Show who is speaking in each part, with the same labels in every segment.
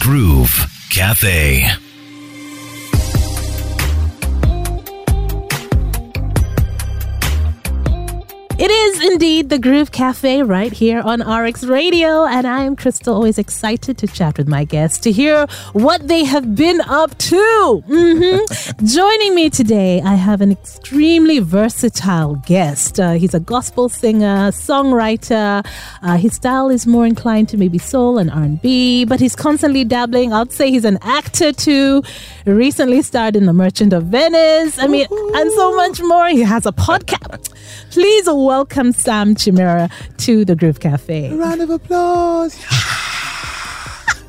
Speaker 1: Groove Cafe.
Speaker 2: It is indeed the Groove Cafe right here on RX Radio, and I am Crystal, always excited to chat with my guests to hear what they have been up to. hmm Joining me today, I have an extremely versatile guest. Uh, he's a gospel singer, songwriter. Uh, his style is more inclined to maybe soul and R&B, but he's constantly dabbling. I'd say he's an actor too. Recently starred in The Merchant of Venice. I mean, and so much more. He has a podcast. Please welcome Sam Chimera to the Groove Cafe.
Speaker 3: Round of applause.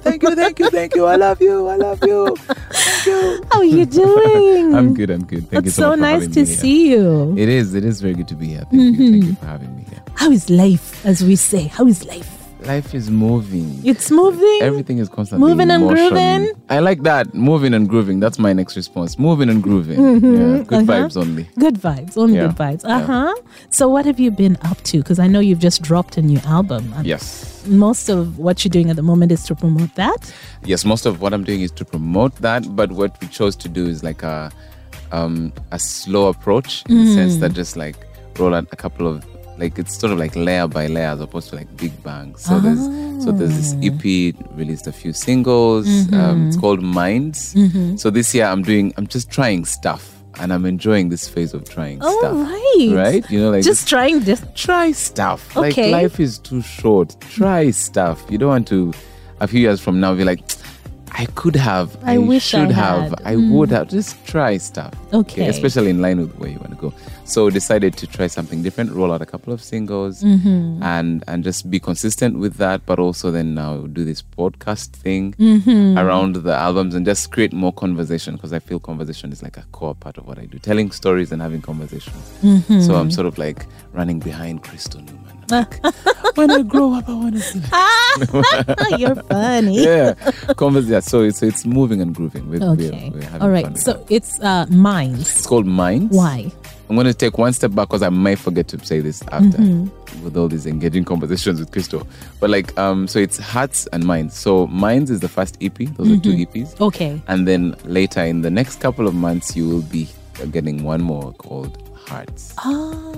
Speaker 3: thank you, thank you, thank you. I love you. I love you. Thank you.
Speaker 2: How are you doing?
Speaker 3: I'm good. I'm good. Thank you
Speaker 2: It's
Speaker 3: so,
Speaker 2: so
Speaker 3: much for
Speaker 2: nice
Speaker 3: having
Speaker 2: to
Speaker 3: me here.
Speaker 2: see Mm-hmm. you.
Speaker 3: It is. It is very good to be here. Thank you. Thank you for having me here.
Speaker 2: How is life, as we say? How is life?
Speaker 3: Life is moving.
Speaker 2: It's moving.
Speaker 3: Everything is constantly
Speaker 2: Moving
Speaker 3: in
Speaker 2: and
Speaker 3: motion.
Speaker 2: grooving.
Speaker 3: I like that. Moving and grooving. That's my next response. Moving and grooving. Yeah, good
Speaker 2: Uh-huh.
Speaker 3: vibes only.
Speaker 2: Good vibes, only
Speaker 3: Yeah.
Speaker 2: good vibes.
Speaker 3: Yeah.
Speaker 2: Uh huh. So, what have you been up to? Because I know you've just dropped a new album. And
Speaker 3: Yes.
Speaker 2: Most of what you're doing at the moment is to promote that.
Speaker 3: yes most of what i'm doing is to promote that but what we chose to do is like a um a slow approach in the
Speaker 2: Hmm.
Speaker 3: sense that just like roll out a couple of like it's sort of like layer by layer as opposed to like big bang so there's so there's this
Speaker 2: Ah.
Speaker 3: ep released a few singles
Speaker 2: Mm-hmm.
Speaker 3: um, it's called minds so this year i'm doing i'm just trying stuff and i'm enjoying this phase of trying
Speaker 2: All
Speaker 3: stuff
Speaker 2: Oh, right.
Speaker 3: right you know like
Speaker 2: Just trying this.
Speaker 3: try stuff.
Speaker 2: Okay.
Speaker 3: Like life is too short. Try stuff. You don't want to a few years from now be like, I could have,
Speaker 2: I wish I
Speaker 3: should have,
Speaker 2: had."
Speaker 3: I would have. Just try stuff.
Speaker 2: Hmm. Okay.
Speaker 3: Especially in line with where you want to go. So decided to try something different, roll out a couple of singles
Speaker 2: Mm-hmm.
Speaker 3: and and just be consistent with that, but also then now do this podcast thing
Speaker 2: Mm-hmm.
Speaker 3: around the albums and just create more conversation because I feel conversation is like a core part of what I do. Telling stories and having conversations.
Speaker 2: Mm-hmm.
Speaker 3: So I'm sort of like running behind Crystal Newman. I'm like, when I grow up, I want to.
Speaker 2: you're funny.
Speaker 3: Yeah, converse. Yeah, so it's it's moving and grooving. We're, we're-
Speaker 2: Okay.
Speaker 3: we're having
Speaker 2: All
Speaker 3: fun
Speaker 2: right.
Speaker 3: with
Speaker 2: So
Speaker 3: that.
Speaker 2: it's uh, minds.
Speaker 3: it's called Minds.
Speaker 2: Why?
Speaker 3: I'm going to take one step back because I might forget to say this after with all these engaging conversations with Crystal. But like, um, so it's hearts and minds. So minds is the first EP. Those are two EPs.
Speaker 2: Okay.
Speaker 3: And then later in the next couple of months, you will be getting one more called hearts.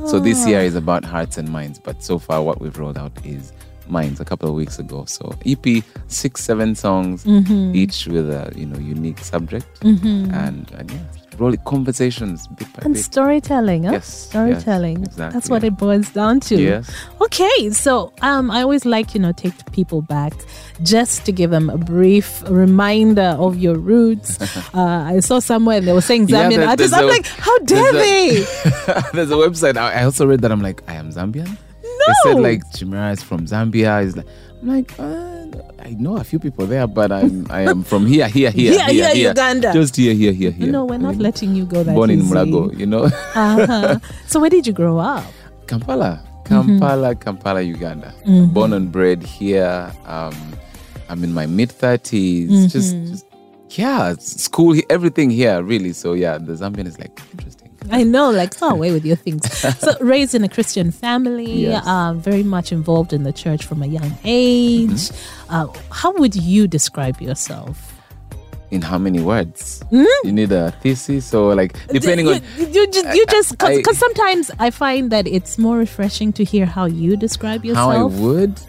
Speaker 3: So this year is about hearts and minds. But so far, what we've rolled out is minds a couple of weeks ago. So EP six, seven songs, each with a you know unique subject, and, and yeah, roll it conversations bit by
Speaker 2: And
Speaker 3: bit.
Speaker 2: storytelling. Huh?
Speaker 3: Yes,
Speaker 2: Storytelling.
Speaker 3: yes, exactly.
Speaker 2: That's what it boils down to.
Speaker 3: Yes.
Speaker 2: Okay. So um, I always like, you know, take people back just to give them a brief reminder of your roots. uh, I saw somewhere they were saying
Speaker 3: Yeah,
Speaker 2: Zambian
Speaker 3: there-
Speaker 2: artists.
Speaker 3: there's
Speaker 2: I'm
Speaker 3: a-
Speaker 2: like, how dare they?
Speaker 3: there's There's a website. I, I also read that. I'm like, I am Zambian. They said
Speaker 2: No.
Speaker 3: like Chimera is from Zambia. Is like, I'm like, uh, I know a few people there, but I'm I am from here, here, here,
Speaker 2: Here, here, Uganda.
Speaker 3: Just here, here, here, here.
Speaker 2: No, we're not
Speaker 3: Really?
Speaker 2: letting you go that
Speaker 3: Born in
Speaker 2: easy.
Speaker 3: Mulago, you know,
Speaker 2: uh-huh. So where did you grow up?
Speaker 3: Kampala,
Speaker 2: Mm-hmm.
Speaker 3: Kampala, Kampala, Uganda. Born and bred here. Um, I'm in my mid 30s. Just,
Speaker 2: Mm-hmm.
Speaker 3: just, yeah, it's school, he- everything here, really. So yeah, the Zambian is like interesting.
Speaker 2: I know, like, oh, away with your things. So, raised in a Christian family,
Speaker 3: Yes.
Speaker 2: uh, very much involved in the church from a young age.
Speaker 3: Mm-hmm.
Speaker 2: Uh, how would you describe yourself?
Speaker 3: in how many words
Speaker 2: Hmm?
Speaker 3: you need a thesis or like depending
Speaker 2: you,
Speaker 3: on
Speaker 2: you, you just, you just,
Speaker 3: I-
Speaker 2: because sometimes I find that it's more refreshing to hear how you describe
Speaker 3: how I
Speaker 2: yourself.
Speaker 3: would.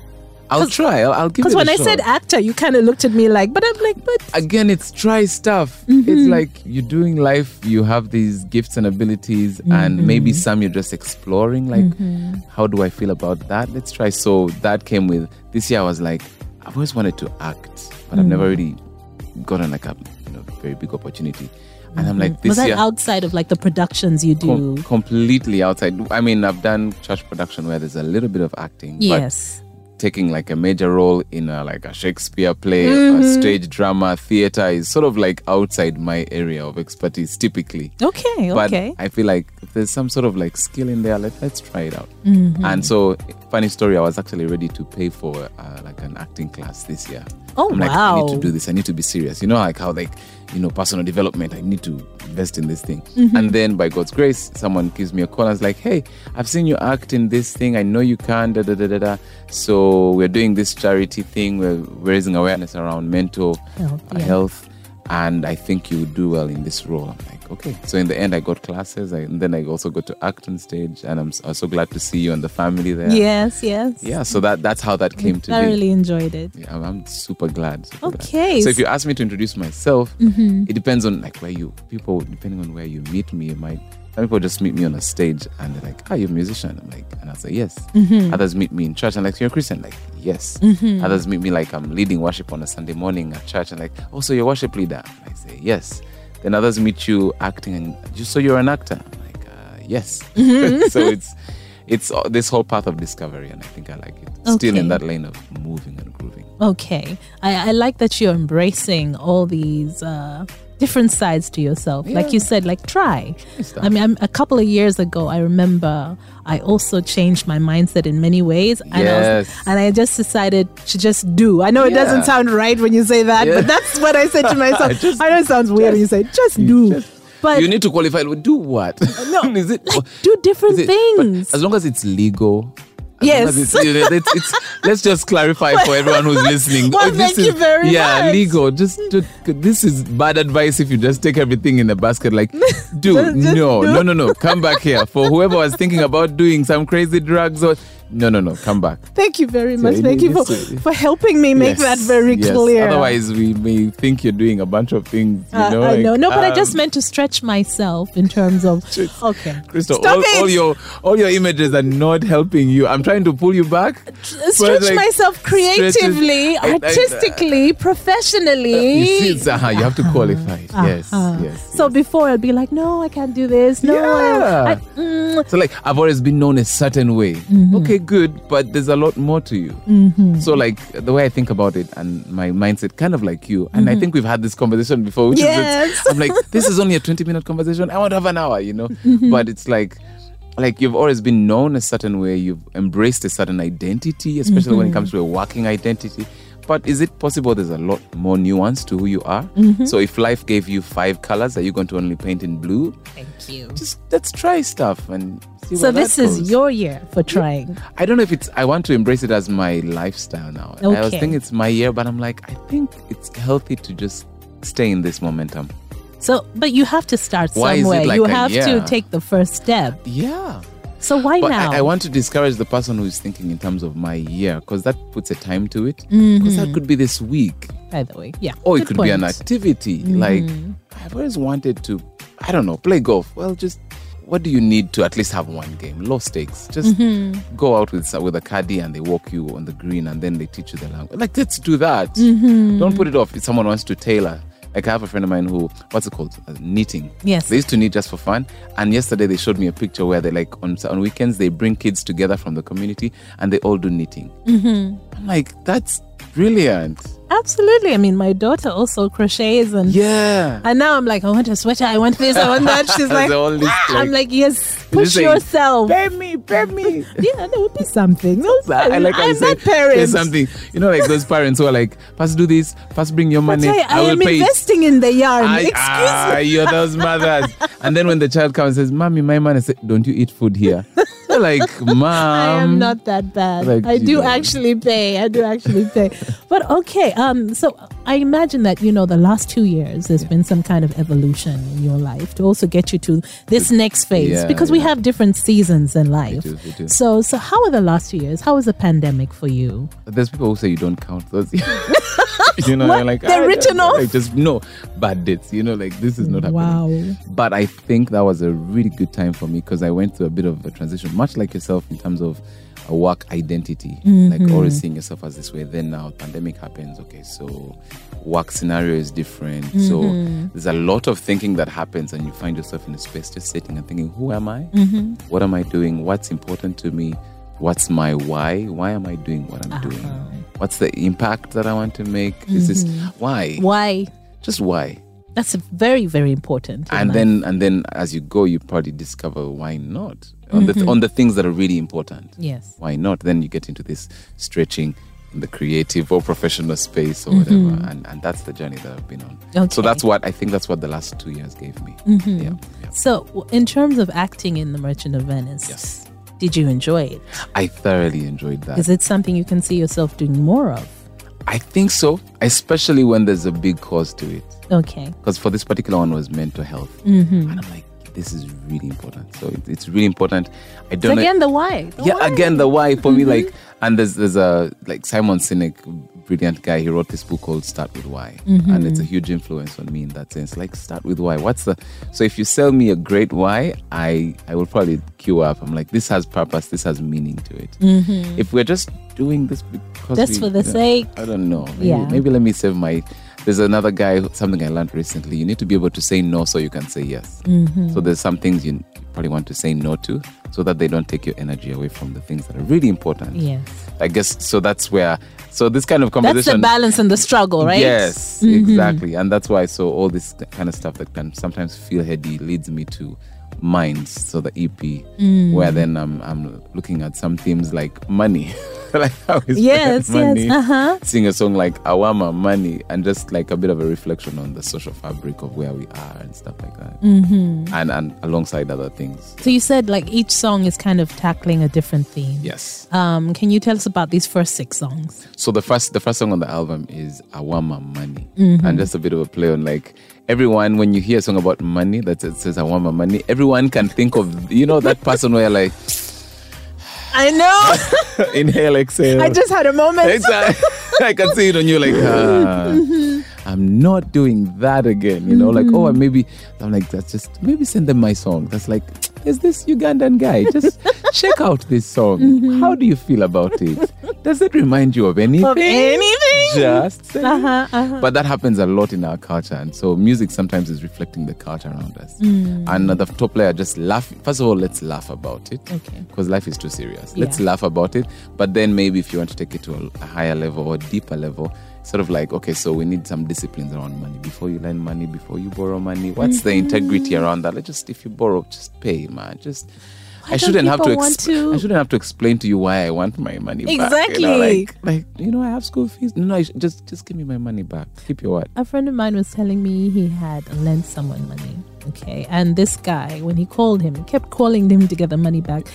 Speaker 3: I'll try. I'll, I'll give it
Speaker 2: Because
Speaker 3: a
Speaker 2: when I
Speaker 3: shot.
Speaker 2: said actor, you kind of looked at me like, but I'm like, but
Speaker 3: again, it's try stuff.
Speaker 2: Mm-hmm.
Speaker 3: It's like you're doing life. You have these gifts and abilities, and maybe
Speaker 2: Mm-hmm.
Speaker 3: some you're just exploring. Like, how do I feel about that? Let's try. So that came with this year. I was like, I've always wanted to act, but I've never
Speaker 2: Mm.
Speaker 3: really gotten like a you know very big opportunity. And I'm like, this
Speaker 2: Mm-hmm. was that
Speaker 3: year
Speaker 2: outside of like the productions you do?
Speaker 3: com- completely outside. I mean, I've done church production where there's a little bit of acting,
Speaker 2: yes.
Speaker 3: but taking like a major role in a, like a Shakespeare play, a stage drama, theater is sort of like outside my area of expertise typically.
Speaker 2: Okay,
Speaker 3: But
Speaker 2: okay.
Speaker 3: I feel like if there's some sort of like skill in there, let, let's try it out.
Speaker 2: Mm-hmm.
Speaker 3: And so, funny story, I was actually ready to pay for uh, like an acting class this year.
Speaker 2: Oh,
Speaker 3: I'm like, I
Speaker 2: wow.
Speaker 3: need to do this. I need to be serious. You know, like how like you know, personal development. I need to invest in this thing.
Speaker 2: Mm-hmm.
Speaker 3: And then by God's grace, someone gives me a call and is like, hey, I've seen you act in this thing. I know you can, da da da da da. So we're doing this charity thing. We're raising awareness around mental
Speaker 2: Health,
Speaker 3: uh,
Speaker 2: yeah.
Speaker 3: health. And I think you would do well in this role. I'm like, okay. So in the end, I got classes. I, and then I also got to act on stage. And I'm, s- I was so glad to see you and the family there.
Speaker 2: Yes, yes.
Speaker 3: Yeah, so that that's how that came to
Speaker 2: I
Speaker 3: be.
Speaker 2: really enjoyed it.
Speaker 3: Yeah, I'm- I'm super glad. super glad.
Speaker 2: Okay.
Speaker 3: So if you ask me to introduce myself, it depends on like where you people depending on where you meet me. It might some people just meet me on a stage and they're like, "Ah, you're a musician." I'm like, and I say yes. Others meet me in church and like, "You're a Christian." Like, yes. Others meet me like I'm leading worship on a Sunday morning at church and like, "Oh, so you're a worship leader?" I say yes. Then others meet you acting and you so you're an actor. I'm like, uh, yes. so it's. It's uh, this whole path of discovery, and I think I like it. Still in
Speaker 2: Okay.
Speaker 3: that lane of moving and grooving.
Speaker 2: Okay. I, I like that you're embracing all these uh, different sides to yourself. Like you said, like try.
Speaker 3: stuff.
Speaker 2: I mean, I'm, a couple of years ago, I remember I also changed my mindset in many ways. And, I
Speaker 3: Yes.
Speaker 2: and I just decided to just do. I know it
Speaker 3: Yeah.
Speaker 2: doesn't sound right when you say that,
Speaker 3: Yeah.
Speaker 2: but that's what I said to myself. I know it sounds weird when you say just do. but
Speaker 3: you need to qualify. Do what? No, is it
Speaker 2: do different
Speaker 3: is it- but
Speaker 2: things.
Speaker 3: As long as it's legal. as long
Speaker 2: Yes.
Speaker 3: as it's- it- it- it's- let's just clarify for everyone who's listening.
Speaker 2: Well,
Speaker 3: Oh, this
Speaker 2: thank you
Speaker 3: is-
Speaker 2: very
Speaker 3: yeah,
Speaker 2: much.
Speaker 3: legal. Just do- this is bad advice if you just take everything in a basket. Like, do
Speaker 2: just
Speaker 3: no,
Speaker 2: do.
Speaker 3: no, no, no. Come back here for whoever was thinking about doing some crazy drugs or no, no, no. Come back.
Speaker 2: Thank you very much.
Speaker 3: it
Speaker 2: Thank you for,
Speaker 3: needs to-
Speaker 2: for helping me make
Speaker 3: Yes,
Speaker 2: that very
Speaker 3: yes.
Speaker 2: clear.
Speaker 3: Otherwise, we may think you're doing a bunch of things. You
Speaker 2: Uh,
Speaker 3: know,
Speaker 2: I
Speaker 3: like,
Speaker 2: know. No, but I
Speaker 3: um,
Speaker 2: just meant to stretch myself in terms of. Okay.
Speaker 3: Crystal,
Speaker 2: Stop
Speaker 3: all,
Speaker 2: it!
Speaker 3: all your all your images are not helping you. I'm trying to pull you back.
Speaker 2: stretch
Speaker 3: like,
Speaker 2: myself creatively,
Speaker 3: I- I-
Speaker 2: artistically, professionally.
Speaker 3: You see, it's, uh-huh, you have to qualify. it. Yes,
Speaker 2: Uh-huh.
Speaker 3: yes.
Speaker 2: So
Speaker 3: yes.
Speaker 2: before I'd be like, no, I can't do this. No, I, I,
Speaker 3: Yeah.
Speaker 2: mm,
Speaker 3: So like I've always been known a certain way. Okay, good, but there's a lot more to you. So like the way I think about it and my mindset, kind of like you. And I think we've had this conversation before. Which
Speaker 2: Yes.
Speaker 3: Is, it's- I'm like, this is only a 20 minute conversation. I want to have an hour, you know. But it's like. Like you've always been known a certain way, you've embraced a certain identity, especially when it comes to a working identity. But is it possible there's a lot more nuance to who you are? So if life gave you five colors, are you going to only paint in blue?
Speaker 2: thank you.
Speaker 3: just let's try stuff and see
Speaker 2: So
Speaker 3: where that
Speaker 2: this is
Speaker 3: goes.
Speaker 2: your year for trying.
Speaker 3: i don't know if it's i want to embrace it as my lifestyle now i was
Speaker 2: Okay.
Speaker 3: thinking it's my year but i'm like i think it's healthy to just stay in this momentum
Speaker 2: So, but you have to start
Speaker 3: Why is it
Speaker 2: somewhere.
Speaker 3: like
Speaker 2: you
Speaker 3: a
Speaker 2: have to
Speaker 3: year?
Speaker 2: take the first step.
Speaker 3: yeah
Speaker 2: So why
Speaker 3: but
Speaker 2: now?
Speaker 3: I, I want to discourage the person who is thinking in terms of my year because that puts a time to it because
Speaker 2: Mm-hmm.
Speaker 3: that could be this week
Speaker 2: by the way, yeah.
Speaker 3: or Oh, it
Speaker 2: good
Speaker 3: could
Speaker 2: point.
Speaker 3: be an activity like i've always wanted to i don't know play golf well just what do you need to at least have one game low stakes just go out with with a caddy and they walk you on the green and then they teach you the language like let's do that don't put it off if someone wants to tailor like I have a friend of mine who, what's it called, Uh, knitting.
Speaker 2: Yes.
Speaker 3: they used to knit just for fun. And yesterday they showed me a picture where they like on on weekends they bring kids together from the community and they all do knitting. I'm like, that's brilliant.
Speaker 2: Absolutely. I mean, my daughter also crochets and
Speaker 3: Yeah,
Speaker 2: And now I'm like, I want a sweater, I want this, I want that. She's like,
Speaker 3: There's all this,
Speaker 2: "Ah." I'm like, yes,
Speaker 3: this
Speaker 2: push
Speaker 3: thing.
Speaker 2: yourself.
Speaker 3: Pay me, pay me.
Speaker 2: Yeah, there would be something.
Speaker 3: I like how you
Speaker 2: I'm
Speaker 3: said,
Speaker 2: that parent.
Speaker 3: pay something. You know, like those parents who are like, first do this, first bring your
Speaker 2: But
Speaker 3: money.
Speaker 2: hey, I,
Speaker 3: will
Speaker 2: am
Speaker 3: pay. it."
Speaker 2: investing in the yarn.
Speaker 3: I-
Speaker 2: Excuse
Speaker 3: ah,
Speaker 2: me.
Speaker 3: you're those mothers. and then when the child comes and says, Mommy, my man said, Don't you eat food here? You're like, Mom.
Speaker 2: I am not that bad.
Speaker 3: like,
Speaker 2: I
Speaker 3: you
Speaker 2: do
Speaker 3: know.
Speaker 2: actually pay. I do actually pay. But okay, um, so I imagine that you know the last two years there's been some kind of evolution in your life to also get you to this next phase
Speaker 3: Yeah,
Speaker 2: because we
Speaker 3: yeah.
Speaker 2: have different seasons in life.
Speaker 3: do, we do.
Speaker 2: So, so how are the last two years? How was the pandemic for you?
Speaker 3: There's people who say you don't count those. you know,
Speaker 2: What?
Speaker 3: you're like,
Speaker 2: They're
Speaker 3: "Ah,
Speaker 2: written
Speaker 3: yeah,
Speaker 2: off?"
Speaker 3: Like, just no bad dates. You know, like, this is not happening.
Speaker 2: Wow.
Speaker 3: But I think that was a really good time for me because I went through a bit of a transition, much like yourself in terms of a work identity, like always seeing yourself as this way. Then now pandemic happens. Okay, so work scenario is different. So there's a lot of thinking that happens, and you find yourself in a space just sitting and thinking, who am I? What am I doing? What's important to me? What's my why? Why am I doing what I'm doing? What's the impact that I want to make? Is this why?
Speaker 2: Why?
Speaker 3: Just why?
Speaker 2: That's very, very important. in
Speaker 3: and
Speaker 2: life.
Speaker 3: then and then as you go you probably discover why
Speaker 2: Mm-hmm.
Speaker 3: not on the on the things that are really important
Speaker 2: yes.
Speaker 3: why not then you get into this stretching in the creative or professional space or whatever. And, and that's the journey that I've been on.
Speaker 2: Mm-hmm. Okay. Mm-hmm.
Speaker 3: So that's what I think that's what the last two years gave me. Yeah, yeah.
Speaker 2: So, w- in terms of acting in The Merchant of Venice,
Speaker 3: Yes.
Speaker 2: did you enjoy it?
Speaker 3: I thoroughly enjoyed that.
Speaker 2: Is it something you can see yourself doing more of?
Speaker 3: I think so, especially when there's a big cause to it.
Speaker 2: Okay.
Speaker 3: Because for this particular one was mental health.
Speaker 2: Mm-hmm.
Speaker 3: And I'm like, this is really important. So it, it's really important. I
Speaker 2: So
Speaker 3: don't know.
Speaker 2: again, the why. The
Speaker 3: yeah,
Speaker 2: why.
Speaker 3: again, the why for me, like, and there's there's a like Simon Sinek, brilliant guy. He wrote this book called Start with Why,
Speaker 2: Mm-hmm.
Speaker 3: and it's a huge influence on me in that sense. Like, start with why. What's the so if you sell me a great why, I I will probably queue up. I'm like, this has purpose. This has meaning to it. If we're just doing this because
Speaker 2: Mm-hmm. Just
Speaker 3: we-
Speaker 2: for the
Speaker 3: yeah, Uh,
Speaker 2: sake.
Speaker 3: I don't know. Maybe,
Speaker 2: Yeah.
Speaker 3: maybe let me save my. There's another guy, something I learned recently. You need to be able to say no so you can say yes.
Speaker 2: Mm-hmm.
Speaker 3: So there's some things you probably want to say no to so that they don't take your energy away from the things that are really important.
Speaker 2: Yes.
Speaker 3: I guess so. That's where. So this kind of
Speaker 2: That's the
Speaker 3: conversation.
Speaker 2: balance and the struggle, right? Mm-hmm.
Speaker 3: Yes, exactly. And that's why so all this kind of stuff that can sometimes feel heady leads me to Minds, so the EP,
Speaker 2: Mm.
Speaker 3: where then I'm I'm looking at some themes like money. like how we spend
Speaker 2: Yes,
Speaker 3: money.
Speaker 2: yes. Uh huh.
Speaker 3: Sing a song like Awama Money and just like a bit of a reflection on the social fabric of where we are and stuff like that. Mm-hmm. And and alongside other things.
Speaker 2: So you said like each song is kind of tackling a different theme.
Speaker 3: Yes.
Speaker 2: Um, can you tell us about these first six songs?
Speaker 3: So the first the first song on the album is Awama Money,
Speaker 2: Mm-hmm.
Speaker 3: and just a bit of a play on like everyone when you hear a song about money that says, says Awama Money, everyone can think of you know that person where like
Speaker 2: I know.
Speaker 3: inhale exhale.
Speaker 2: I just had a moment.
Speaker 3: Exactly. uh, I can see it on you, like, ah,
Speaker 2: Mm-hmm.
Speaker 3: I'm not doing that again. You know, like, oh, maybe I'm like, that's just maybe send them my song. That's like, there's this Ugandan guy. Just check out this song.
Speaker 2: Mm-hmm.
Speaker 3: How do you feel about it? Does it remind you of anything?
Speaker 2: anything?
Speaker 3: Just say it.
Speaker 2: Uh-huh, uh-huh.
Speaker 3: But that happens a lot in our culture, and so music sometimes is reflecting the culture around us.
Speaker 2: Mm.
Speaker 3: And the top layer just laugh. First of all, let's laugh about it,
Speaker 2: Okay.
Speaker 3: Because life is too serious. Let's
Speaker 2: Yeah.
Speaker 3: laugh about it. But then maybe if you want to take it to a- a higher level or deeper level, sort of like okay, so we need some disciplines around money. Before you lend money, before you borrow money, what's the
Speaker 2: Mm-hmm.
Speaker 3: integrity around that? Like just if you borrow, just pay, man. Just. I
Speaker 2: don't
Speaker 3: shouldn't have to,
Speaker 2: people want to-
Speaker 3: I shouldn't have to explain to you why I want my money back. You know,
Speaker 2: Exactly.
Speaker 3: like, like you know, I have school fees. No, I sh- just just give me my money back. Keep your what?
Speaker 2: A friend of mine was telling me he had lent someone money. Okay. And this guy, when he called him, he kept calling him to get the money back.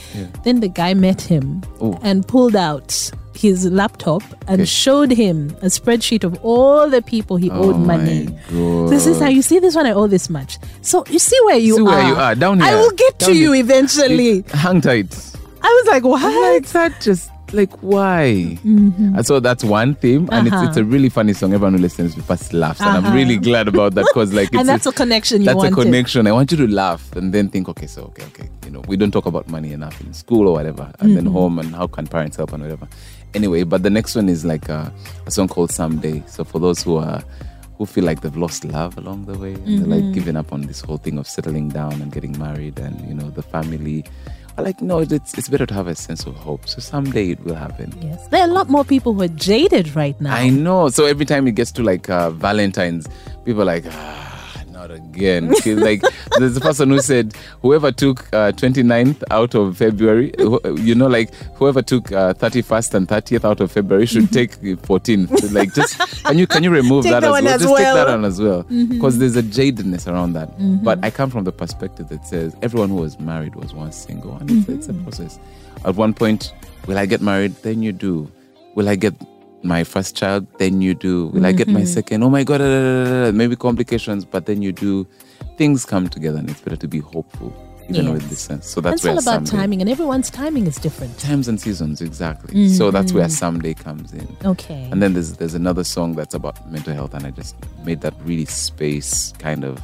Speaker 2: Then the guy met him
Speaker 3: Oh.
Speaker 2: and pulled out his laptop and
Speaker 3: Okay.
Speaker 2: showed him a spreadsheet of all the people he owed money.
Speaker 3: Oh God.
Speaker 2: This is how you see this one. I owe this much. So you see where you
Speaker 3: See
Speaker 2: are.
Speaker 3: where you are, down
Speaker 2: I
Speaker 3: here,
Speaker 2: will get to
Speaker 3: down
Speaker 2: you
Speaker 3: here.
Speaker 2: eventually.
Speaker 3: It- hang tight.
Speaker 2: I was like, what?
Speaker 3: Like that, just like why? And so that's one theme, and
Speaker 2: Mm-hmm.
Speaker 3: it's,
Speaker 2: Uh-huh.
Speaker 3: it's a really funny song. Everyone who listens to it first laughs, and I'm really glad about that because like it's
Speaker 2: And that's a connection you
Speaker 3: that's
Speaker 2: wanted.
Speaker 3: a connection. I want you to laugh and then think, okay, so okay, okay, you know, we don't talk about money enough in school or whatever, and then home and how can parents help and whatever. Anyway, but the next one is like a, a song called Someday. So for those who are who feel like they've lost love along the way and they're like giving up on this whole thing of settling down and getting married and you know the family, I like no, it's it's better to have a sense of hope. So someday it will happen.
Speaker 2: Yes. There are a lot more people who are jaded right now.
Speaker 3: I know. So every time it gets to like uh, Valentine's, people are like, ah, not again. She's like, there's a person who said, whoever took uh, 29th out of February, wh- you know, like whoever took uh, 31st and 30th out of February should take the 14th. Like, just can you can you remove
Speaker 2: Take
Speaker 3: that,
Speaker 2: that
Speaker 3: as
Speaker 2: one
Speaker 3: well?
Speaker 2: as
Speaker 3: just
Speaker 2: well.
Speaker 3: take that one as well,
Speaker 2: Mm-hmm.
Speaker 3: because there's a jadedness around that. But I come from the perspective that says everyone who was married was once single, and it's, it's
Speaker 2: Mm-hmm.
Speaker 3: a process. At one point, will I get married? Then you do. Will I get my first child, then you do. Will I get
Speaker 2: Mm-hmm.
Speaker 3: my second? Oh my God, da, da, da, da, da. maybe complications, but then you do. Things come together and it's better to be hopeful, even
Speaker 2: Yes.
Speaker 3: with this sense. So
Speaker 2: And
Speaker 3: that's
Speaker 2: it's all
Speaker 3: where
Speaker 2: about
Speaker 3: someday-
Speaker 2: timing, and everyone's timing is different.
Speaker 3: Times and seasons, exactly. So that's
Speaker 2: Mm-hmm.
Speaker 3: where someday comes in.
Speaker 2: Okay.
Speaker 3: And then there's there's another song that's about mental health, and I just made that really space kind of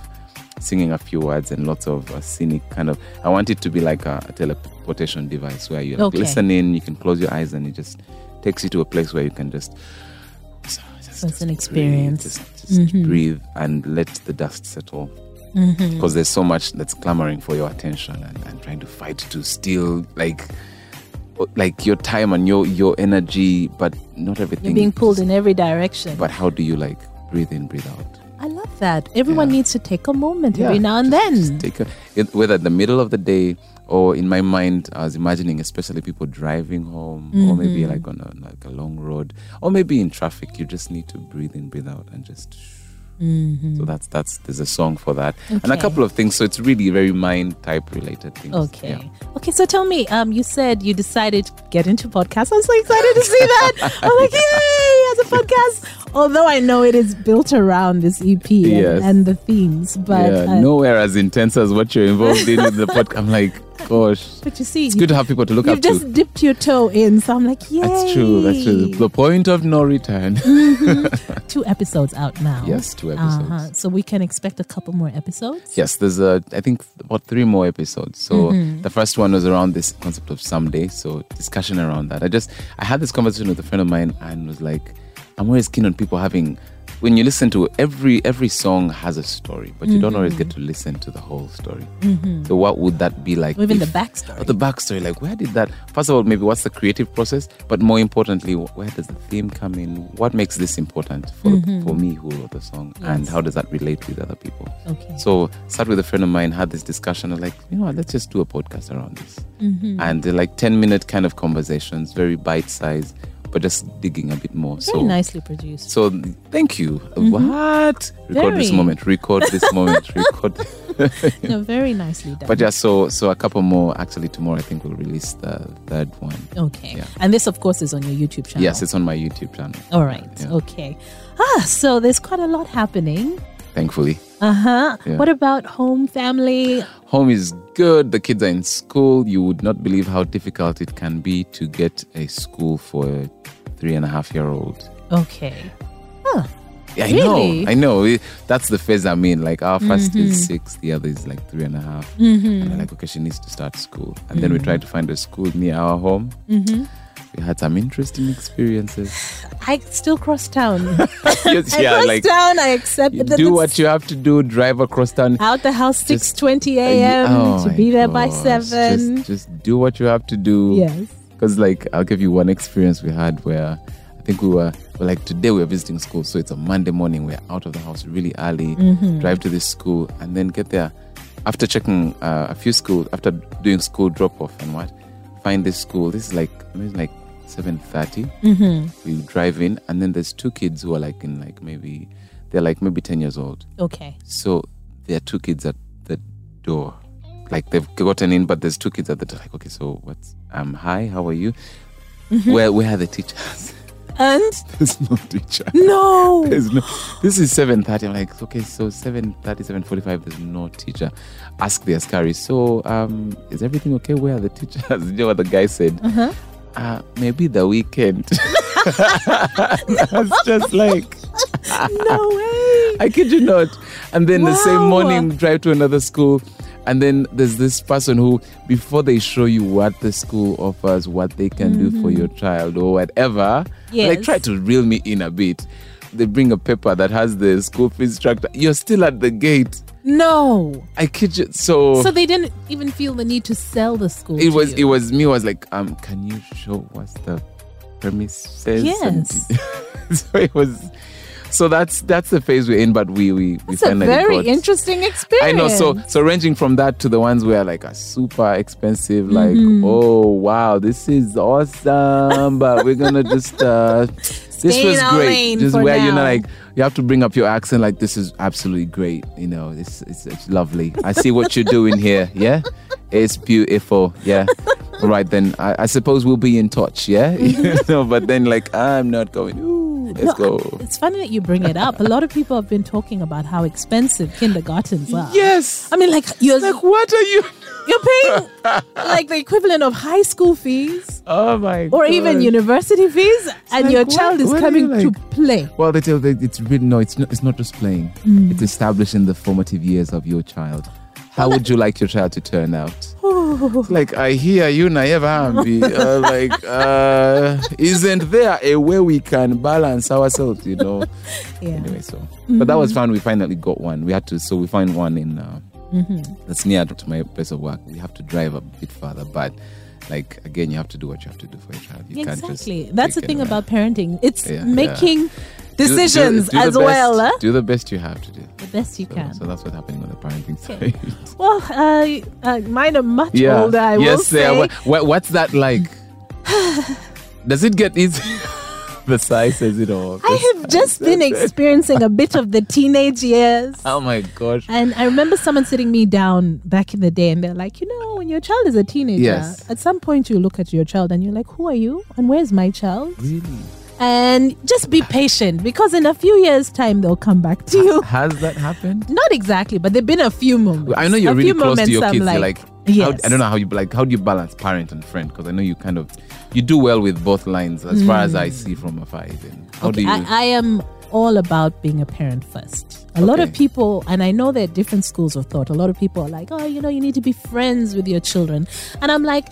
Speaker 3: singing a few words and lots of uh, scenic kind of. I want it to be like a, a teleportation device where you're like
Speaker 2: Okay.
Speaker 3: listening, you can close your eyes, and it just takes you to a place where you can just. just- just
Speaker 2: it's an
Speaker 3: breathe,
Speaker 2: experience. Mm-hmm.
Speaker 3: just just breathe and let the dust settle. Because there's so much that's clamoring for your attention and, and trying to fight to steal, like, like your time and your your energy, but not everything.
Speaker 2: You're being pulled
Speaker 3: just-
Speaker 2: in every direction.
Speaker 3: but how do you like breathe in, breathe out?
Speaker 2: I love that. Everyone
Speaker 3: Yeah.
Speaker 2: needs to take a moment every now and
Speaker 3: just-
Speaker 2: then.
Speaker 3: just take a, it- whether in the middle of the day or in my mind, I was imagining, especially people driving home, or
Speaker 2: Mm-hmm.
Speaker 3: maybe like on a, like a long road, or maybe in traffic, you just need to breathe in, breathe out, and just. So that's that's there's a song for that, and a
Speaker 2: Mm-hmm. Okay.
Speaker 3: couple of things. So it's really very mind type related things.
Speaker 2: Okay.
Speaker 3: Yeah.
Speaker 2: Okay, so tell me, um, you said you decided to get into podcasts. I'm so excited to see that. I'm like, yay, as a podcast. Although I know it is built around this EP and,
Speaker 3: Yes.
Speaker 2: and the themes, but
Speaker 3: yeah,
Speaker 2: uh,
Speaker 3: nowhere as intense as what you're involved in with the podcast. I'm like, gosh,
Speaker 2: but you see,
Speaker 3: it's good to have people to look
Speaker 2: you, have
Speaker 3: up to.
Speaker 2: just dipped your toe in, so I'm like, yay.
Speaker 3: That's true. That's true. The point of no return.
Speaker 2: Two episodes out now. Uh-huh.
Speaker 3: Yes, two episodes.
Speaker 2: So we can expect a couple more episodes.
Speaker 3: yes, there's a I think about three more episodes. So
Speaker 2: Mm-hmm.
Speaker 3: the first one was around this concept of someday. So discussion around that. I just I had this conversation with a friend of mine and was like, I'm always keen on people having. When you listen to every every song has a story, but you
Speaker 2: Mm-hmm.
Speaker 3: don't always get to listen to the whole story. So what would that be like?
Speaker 2: Or Mm-hmm. even
Speaker 3: if-
Speaker 2: the backstory.
Speaker 3: Or the backstory, like where did that? First of all, maybe what's the creative process, but more importantly, wh- where does the theme come in? What makes this important for
Speaker 2: Mm-hmm.
Speaker 3: for me who wrote the song, and how does that relate with other people?
Speaker 2: Okay.
Speaker 3: So sat with a friend of mine, had this discussion. I'm like, you know what? Let's just do a podcast around this,
Speaker 2: Mm-hmm.
Speaker 3: and they're like ten minute kind of conversations, very bite sized, but just digging a bit more.
Speaker 2: Very
Speaker 3: so
Speaker 2: nicely produced.
Speaker 3: so th- thank you. What? Record this
Speaker 2: Very.
Speaker 3: moment. Record this moment. record.
Speaker 2: no, very nicely done.
Speaker 3: But yeah, so so a couple more actually tomorrow. I think we'll release the third one.
Speaker 2: okay.
Speaker 3: Yeah.
Speaker 2: And this, of course, is on your YouTube channel.
Speaker 3: Yes, it's on my YouTube channel.
Speaker 2: All right.
Speaker 3: Yeah.
Speaker 2: Okay. Ah, so there's quite a lot happening.
Speaker 3: Thankfully,
Speaker 2: Uh huh.
Speaker 3: Yeah.
Speaker 2: What about home, family?
Speaker 3: home is good. The kids are in school. You would not believe how difficult it can be to get a school for a three and a half year old.
Speaker 2: Okay.
Speaker 3: Yeah, I
Speaker 2: Really? Mm-hmm.
Speaker 3: know. I know. It- That's the phase I'm in. Like our 1st is six, the other is like three and a half. And I'm like, okay, she needs to start school. And then
Speaker 2: Mm-hmm.
Speaker 3: we tried to find a school near our home. We had some interesting experiences.
Speaker 2: I still cross town.
Speaker 3: yes,
Speaker 2: I
Speaker 3: yeah,
Speaker 2: cross
Speaker 3: like
Speaker 2: town. I accept
Speaker 3: you
Speaker 2: that
Speaker 3: do
Speaker 2: it's
Speaker 3: what you have to do. Drive across town.
Speaker 2: out the house six
Speaker 3: Just-
Speaker 2: twenty a.m.
Speaker 3: Oh
Speaker 2: to
Speaker 3: my
Speaker 2: be there by
Speaker 3: gosh,
Speaker 2: seven.
Speaker 3: Just, just do what you have to do.
Speaker 2: yes.
Speaker 3: Because like I'll give you one experience we had where I think we were, we like today we are visiting school, so it's a Monday morning. We're out of the house really early,
Speaker 2: Mm-hmm.
Speaker 3: drive to this school, and then get there. After checking uh, a few schools, after doing school drop off and what, find this school. This is like I mean, it's like seven Mm-hmm. We drive in, and then there's two kids who are like in like maybe they're like maybe ten years old.
Speaker 2: Okay.
Speaker 3: So there are two kids at the door. Like they've gotten in, but there's two kids at the door. Like, okay, so what's um hi, how are you? Where where are the teachers?
Speaker 2: And
Speaker 3: there's no teacher.
Speaker 2: no.
Speaker 3: There's no this is seven thirty. I'm like, okay, so 730, 745, there's no teacher. Ask the Askari, so um is everything okay? Where are the teachers? You know what the guy said? Uh-huh. Uh, maybe the weekend. It's just like
Speaker 2: no way.
Speaker 3: I kid you not. And then the same
Speaker 2: Wow.
Speaker 3: morning, drive to another school. And then there's this person who, before they show you what the school offers, what they can do for your child or whatever, like
Speaker 2: Mm-hmm. Yes.
Speaker 3: try to reel me in a bit. They bring a paper that has the school fees structure. You're still at the gate.
Speaker 2: No.
Speaker 3: I kid you. So,
Speaker 2: So they didn't even feel the need to sell the school. to
Speaker 3: it was
Speaker 2: you.
Speaker 3: it was me. Was like, um, can you show what's the premises? and-
Speaker 2: Yes.
Speaker 3: so it was. So that's that's the phase we're in. But we we we
Speaker 2: It's a
Speaker 3: finally
Speaker 2: very
Speaker 3: got-
Speaker 2: interesting experience.
Speaker 3: I know. So so ranging from that to the ones where like are super expensive, like
Speaker 2: Mm-hmm.
Speaker 3: oh wow, this is awesome, but we're gonna just uh, this
Speaker 2: in
Speaker 3: was
Speaker 2: our
Speaker 3: great.
Speaker 2: lane
Speaker 3: This is
Speaker 2: for
Speaker 3: where you know
Speaker 2: now.
Speaker 3: like you have to bring up your accent, like this is absolutely great. You know, it's it's, it's lovely. I see what you're doing here. Yeah, it's beautiful. Yeah. All right then, I, I suppose we'll be in touch, yeah. you know, but then like I'm not going. Ooh, let's
Speaker 2: No,
Speaker 3: go.
Speaker 2: It's funny that you bring it up. A lot of people have been talking about how expensive kindergartens are.
Speaker 3: Yes.
Speaker 2: I mean, like you're
Speaker 3: Like what are you?
Speaker 2: you're paying like the equivalent of high school fees
Speaker 3: Oh my.
Speaker 2: or even
Speaker 3: gosh.
Speaker 2: university fees, and
Speaker 3: like,
Speaker 2: your
Speaker 3: what-
Speaker 2: child is
Speaker 3: what are
Speaker 2: coming
Speaker 3: you
Speaker 2: to play.
Speaker 3: Well, they tell they, it's really no. It's not. It's not just playing.
Speaker 2: Hmm.
Speaker 3: It's establishing the formative years of your child. How would you like your child to turn out? like I hear you, Nayeva Ambi. Uh, like, uh, isn't there a way we can balance ourselves? You know.
Speaker 2: Yeah.
Speaker 3: Anyway, so but
Speaker 2: Mm-hmm.
Speaker 3: that was fun. We finally got one. We had to. So we
Speaker 2: Mm-hmm.
Speaker 3: find one in. Uh, That's near to my place of work. We have to drive a bit further, but like again, you have to do what you have to do for your child. You can't just
Speaker 2: exactly. That's the
Speaker 3: take it
Speaker 2: thing
Speaker 3: away.
Speaker 2: about parenting. It's
Speaker 3: Yeah, yeah.
Speaker 2: making
Speaker 3: Do- do-
Speaker 2: decisions
Speaker 3: do the
Speaker 2: as
Speaker 3: best-
Speaker 2: well. huh?
Speaker 3: Do the best you have to do.
Speaker 2: The best you
Speaker 3: So,
Speaker 2: can.
Speaker 3: so that's what's happening on the parenting
Speaker 2: Okay.
Speaker 3: side.
Speaker 2: Well, uh, uh, mine are much older. I will
Speaker 3: yes,
Speaker 2: say.
Speaker 3: they are. Wha- wha- what's that like? Does it get easy? the size says it all.
Speaker 2: I have just been experiencing a bit of the teenage years.
Speaker 3: Oh my gosh.
Speaker 2: And I remember someone sitting me down back in the day, and they're like, you know, when your child is a teenager,
Speaker 3: Yes.
Speaker 2: at some point you look at your child and you're like, who are you? And where's my child?
Speaker 3: Really?
Speaker 2: And just be patient because in a few years' time, they'll come back to you.
Speaker 3: Has that happened?
Speaker 2: Not exactly, but there have been a few moments.
Speaker 3: I know you're
Speaker 2: a
Speaker 3: really
Speaker 2: few
Speaker 3: close to
Speaker 2: moments
Speaker 3: your
Speaker 2: I'm
Speaker 3: kids. you're like,
Speaker 2: like,
Speaker 3: how,
Speaker 2: yes.
Speaker 3: I don't know how you like. How do you balance parent and friend? Because I know you kind of you do well with both lines, as far as I see from afar. Even how do
Speaker 2: Mm. Okay,
Speaker 3: you?
Speaker 2: I, I am all about being a parent first. A lot of
Speaker 3: Okay.
Speaker 2: people, and I know there are different schools of thought, a lot of people are like, oh, you know, you need to be friends with your children. And I'm like,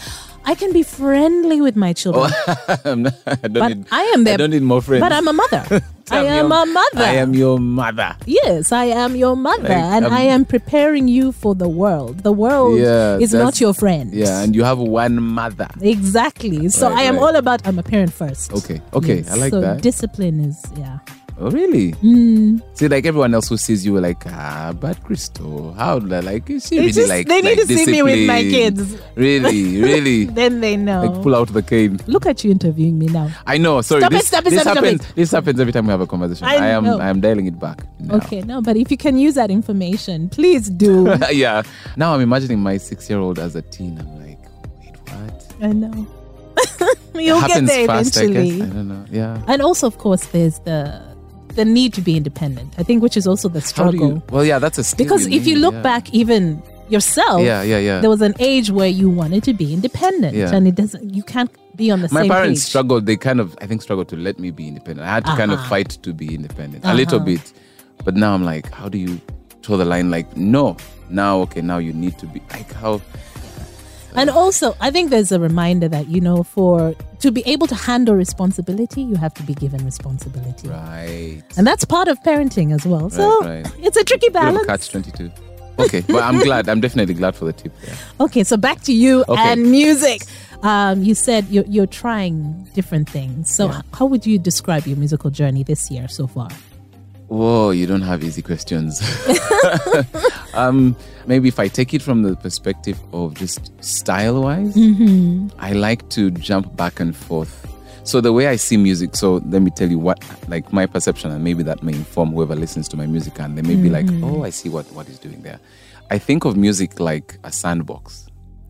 Speaker 2: I can be friendly with my children,
Speaker 3: I'm not- I don't
Speaker 2: but
Speaker 3: need.
Speaker 2: I am
Speaker 3: I
Speaker 2: their
Speaker 3: don't need more friends.
Speaker 2: But I'm a mother. I
Speaker 3: I'm
Speaker 2: am
Speaker 3: your-
Speaker 2: a mother.
Speaker 3: I am your mother.
Speaker 2: Yes, I am your mother,
Speaker 3: Like,
Speaker 2: and
Speaker 3: um,
Speaker 2: I am preparing you for the world. The world
Speaker 3: Yeah,
Speaker 2: is
Speaker 3: that's-
Speaker 2: not your friend.
Speaker 3: Yeah, and you have one mother.
Speaker 2: exactly. So
Speaker 3: Right,
Speaker 2: I am
Speaker 3: right.
Speaker 2: all about. I'm a parent first.
Speaker 3: Okay, okay, I like
Speaker 2: so
Speaker 3: that.
Speaker 2: discipline is yeah.
Speaker 3: Oh, really?
Speaker 2: Hmm.
Speaker 3: See, like everyone else who sees you, like, ah, but Crystal, how do I like? Is she
Speaker 2: They
Speaker 3: really
Speaker 2: just-
Speaker 3: like?
Speaker 2: they need
Speaker 3: like,
Speaker 2: to see me with my
Speaker 3: disciplined?
Speaker 2: kids.
Speaker 3: Really, really.
Speaker 2: Then they know.
Speaker 3: like pull out the cane.
Speaker 2: Look at you interviewing me now.
Speaker 3: I know. Sorry,
Speaker 2: Stop it,
Speaker 3: this,
Speaker 2: stop it,
Speaker 3: this
Speaker 2: stop it, stop
Speaker 3: happens. This happens every time we have a conversation.
Speaker 2: I
Speaker 3: I, am.
Speaker 2: know.
Speaker 3: I am dialing it back. now.
Speaker 2: Okay, no, but if you can use that information, please do.
Speaker 3: yeah. Now I'm imagining my six-year-old as a teen. I'm like, wait, what?
Speaker 2: I know. You'll get
Speaker 3: it happens
Speaker 2: there
Speaker 3: fast, I
Speaker 2: eventually.
Speaker 3: guess. I don't know. Yeah.
Speaker 2: And also, of course, there's the the need to be independent. I think, which is also the
Speaker 3: How do
Speaker 2: struggle.
Speaker 3: you? Well, yeah, that's a skill
Speaker 2: because if you
Speaker 3: need,
Speaker 2: look
Speaker 3: yeah.
Speaker 2: back, even yourself,
Speaker 3: Yeah, yeah, yeah.
Speaker 2: there was an age where you wanted to be independent,
Speaker 3: Yeah.
Speaker 2: and it doesn't. You can't be on the
Speaker 3: my
Speaker 2: same
Speaker 3: parents
Speaker 2: page.
Speaker 3: struggled they kind of i think struggled to let me be independent i had to kind of
Speaker 2: Uh-huh.
Speaker 3: fight to be independent a little bit but now i'm like how do you toe the line like no now okay now you need to be like how
Speaker 2: And also, I think there's a reminder that you know, for to be able to handle responsibility, you have to be given responsibility,
Speaker 3: right
Speaker 2: and that's part of parenting as well. So
Speaker 3: Right, right.
Speaker 2: it's a tricky
Speaker 3: Bit of a
Speaker 2: balance.
Speaker 3: catch 22 okay but i'm glad i'm definitely glad for the tip there.
Speaker 2: Okay, so back to you
Speaker 3: Okay.
Speaker 2: and music. Um, you said you're, you're trying different things. So,
Speaker 3: Yeah.
Speaker 2: h- how would you describe your musical journey this year so far?
Speaker 3: Whoa, you don't have easy questions. um, maybe if I take it from the perspective of just style wise, I like to jump back and forth. So the way I see music, so let me tell you what like my perception and maybe that may inform whoever listens to my music and they may be like, Oh, I see what what is doing there. I think of music like a sandbox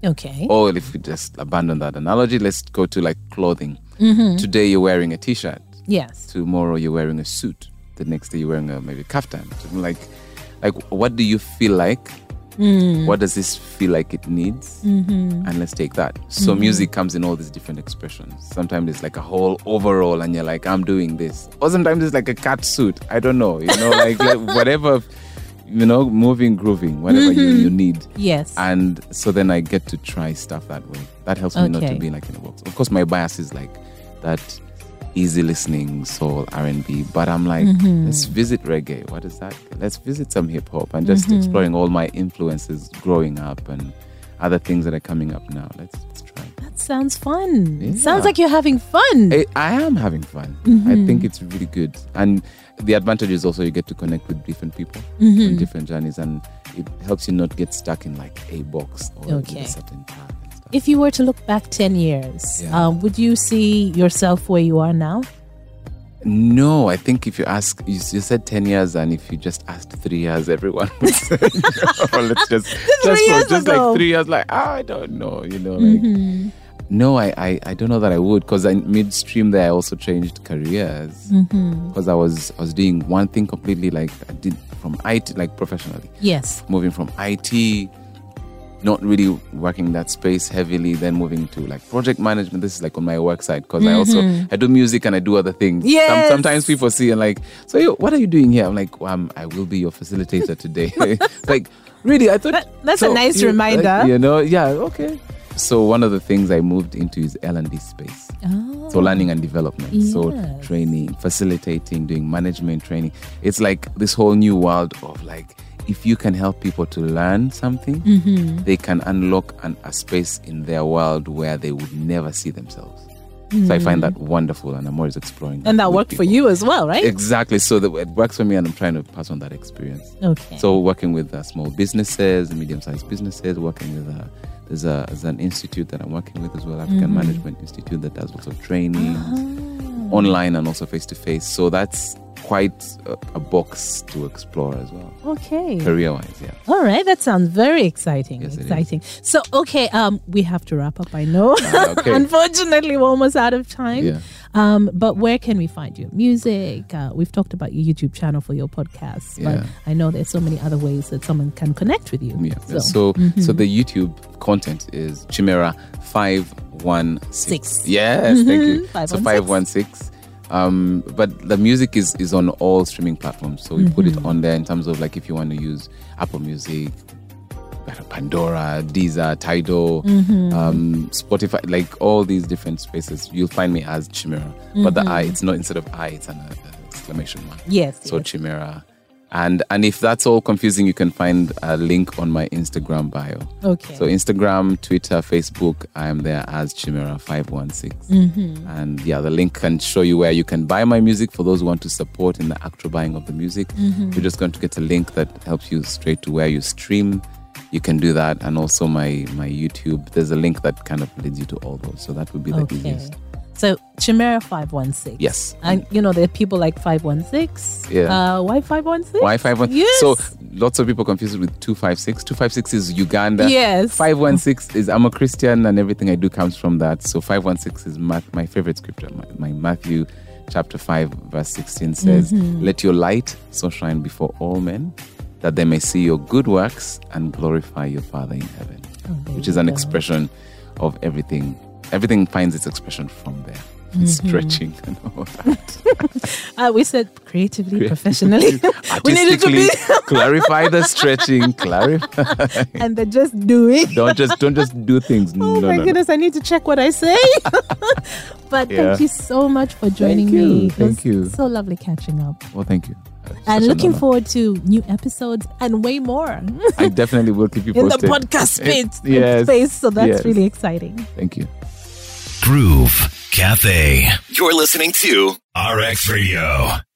Speaker 2: Okay.
Speaker 3: or if we just abandon that analogy, let's go to like clothing. Today you're wearing a t-shirt.
Speaker 2: Yes.
Speaker 3: Tomorrow you're wearing a suit. The next day you're wearing a maybe kaftan. Something like, like what do you feel like? What does this feel like it needs? And let's take that. So music comes in all these different expressions. Sometimes it's like a whole overall, and you're like, I'm doing this. Or sometimes it's like a cat suit. I don't know. You know, like, like whatever. You know, moving, grooving, whatever you, you need.
Speaker 2: Yes.
Speaker 3: And so then I get to try stuff that way. That helps me not to
Speaker 2: Okay.
Speaker 3: be like in a box. Of course, my bias is like that easy listening soul R and B, but I'm like,
Speaker 2: Mm-hmm.
Speaker 3: let's visit reggae. What is that? Let's visit some hip hop and just
Speaker 2: Mm-hmm.
Speaker 3: exploring all my influences growing up and other things that are coming up now. Let's, let's try.
Speaker 2: That sounds fun.
Speaker 3: Yeah.
Speaker 2: Sounds like you're having fun.
Speaker 3: I, I am having fun. I
Speaker 2: Mm-hmm.
Speaker 3: think it's really good. And the advantage is also you get to connect with different people on
Speaker 2: Mm-hmm.
Speaker 3: different journeys, and it helps you not get stuck in like a box or with
Speaker 2: Okay.
Speaker 3: a certain path and stuff.
Speaker 2: if you were to look back 10 years,
Speaker 3: Yeah.
Speaker 2: um, would you see yourself where you are now?
Speaker 3: No, I think if you ask, you, you said 10 years, and if you just asked three years, everyone would say, no, let's just, just,
Speaker 2: years
Speaker 3: for, just
Speaker 2: ago.
Speaker 3: like three years, like, ah, I don't know, you know, like, no, I, I, I don't know that I would because I midstream there, I also changed careers because I was, I was doing one thing completely, like, I did from IT, like, professionally
Speaker 2: Yes.
Speaker 3: moving from IT, not really working that space heavily, then moving to like project management. This is like on my work side because I also I do music and I do other things.
Speaker 2: Mm-hmm. Yes.
Speaker 3: sometimes people see and like, so you, what are you doing here? I'm like, um, I will be your facilitator today. It's like, really? I thought
Speaker 2: That- that's a
Speaker 3: so
Speaker 2: nice
Speaker 3: you- like,
Speaker 2: reminder.
Speaker 3: you know? Yeah. Okay. So one of the things I moved into is L and D space.
Speaker 2: Oh.
Speaker 3: So learning and development. So
Speaker 2: Yes.
Speaker 3: training, facilitating, doing management training. It's like this whole new world of like if you can help people to learn something,
Speaker 2: Mm-hmm.
Speaker 3: they can unlock an, a space in their world where they would never see themselves. So I find that wonderful, and I'm always exploring.
Speaker 2: Mm. And that
Speaker 3: with
Speaker 2: worked for
Speaker 3: people.
Speaker 2: you as well, right?
Speaker 3: Exactly. So that it works for me, and I'm trying to pass on that experience.
Speaker 2: Okay.
Speaker 3: So working with uh, small businesses, medium-sized businesses, working with uh, there's a there's an institute that I'm working with as well, African Management Institute that does lots of training online and also face to face. So that's quite a, a box to explore as well,
Speaker 2: okay.
Speaker 3: career-wise. Yeah.
Speaker 2: All right, that sounds very exciting.
Speaker 3: Yes, it is.
Speaker 2: exciting. So, okay, um, we have to wrap up. I know.
Speaker 3: Ah, okay.
Speaker 2: Unfortunately, we're almost out of time.
Speaker 3: Yeah.
Speaker 2: Um, but where can we find your music? Uh, we've talked about your YouTube channel for your podcast,
Speaker 3: Yeah.
Speaker 2: but I know there's so many other ways that someone can connect with you.
Speaker 3: Yeah. So mm-hmm. so, the YouTube content is Chimera five one six.
Speaker 2: Six.
Speaker 3: Yes, thank you.
Speaker 2: Mhm,
Speaker 3: so five one six. Um, but the music is is on all streaming platforms. So we put it on there in terms of like if you want to use Apple Music. Pandora, Deezer, Tidal, um, Spotify, like all these different spaces, you'll find me as Chimera. But the I, it's not instead of I, it's an uh, exclamation mark.
Speaker 2: Yes,
Speaker 3: So
Speaker 2: yes.
Speaker 3: Chimera. And and if that's all confusing, you can find a link on my Instagram bio.
Speaker 2: Okay.
Speaker 3: So Instagram, Twitter, Facebook, I am there as Chimera516. Mm-hmm. And yeah, the link can show you where you can buy my music for those who want to support in the actual buying of the music.
Speaker 2: Mm-hmm.
Speaker 3: You're just going to get a link that helps you straight to where you stream. You can do that. And also my my YouTube, there's a link that kind of leads you to all those. So that would be the
Speaker 2: okay.
Speaker 3: easiest.
Speaker 2: So, Chimera 516.
Speaker 3: Yes.
Speaker 2: And, you know, there are people like 516.
Speaker 3: Yeah.
Speaker 2: Uh, why 516?
Speaker 3: Why five one?
Speaker 2: Yes.
Speaker 3: So lots of people confuse it with two five six. Two five six is Uganda.
Speaker 2: Yes.
Speaker 3: Five one six is I'm a Christian and everything I do comes from that. So five one six is my, my favorite scripture. My, my Matthew chapter five verse sixteen says,
Speaker 2: Mm-hmm.
Speaker 3: "Let your light so shine before all men, that they may see your good works and glorify your Father in heaven."
Speaker 2: Oh,
Speaker 3: Which is an expression of everything. Everything finds its expression from there.
Speaker 2: Mm-hmm.
Speaker 3: Stretching and all that.
Speaker 2: Uh, we said creatively, professionally. we needed to be.
Speaker 3: Artistically, clarify the stretching. Clarify.
Speaker 2: and they're just doing.
Speaker 3: Don't just don't just do things.
Speaker 2: Oh
Speaker 3: no,
Speaker 2: my
Speaker 3: no, no.
Speaker 2: goodness, I need to check what I say. but
Speaker 3: Yeah.
Speaker 2: thank you so much for joining
Speaker 3: you,
Speaker 2: me. It
Speaker 3: thank
Speaker 2: was
Speaker 3: you.
Speaker 2: So lovely catching up.
Speaker 3: Well, thank you. Uh, such
Speaker 2: and
Speaker 3: an
Speaker 2: looking
Speaker 3: honor.
Speaker 2: forward to new episodes and way more
Speaker 3: I definitely will keep you
Speaker 2: in the
Speaker 3: posted.
Speaker 2: podcast space.
Speaker 3: It's- yes,
Speaker 2: space so that's
Speaker 3: yes.
Speaker 2: really exciting.
Speaker 3: Thank you.
Speaker 1: Groove Cafe.
Speaker 4: You're listening to
Speaker 1: RX Radio.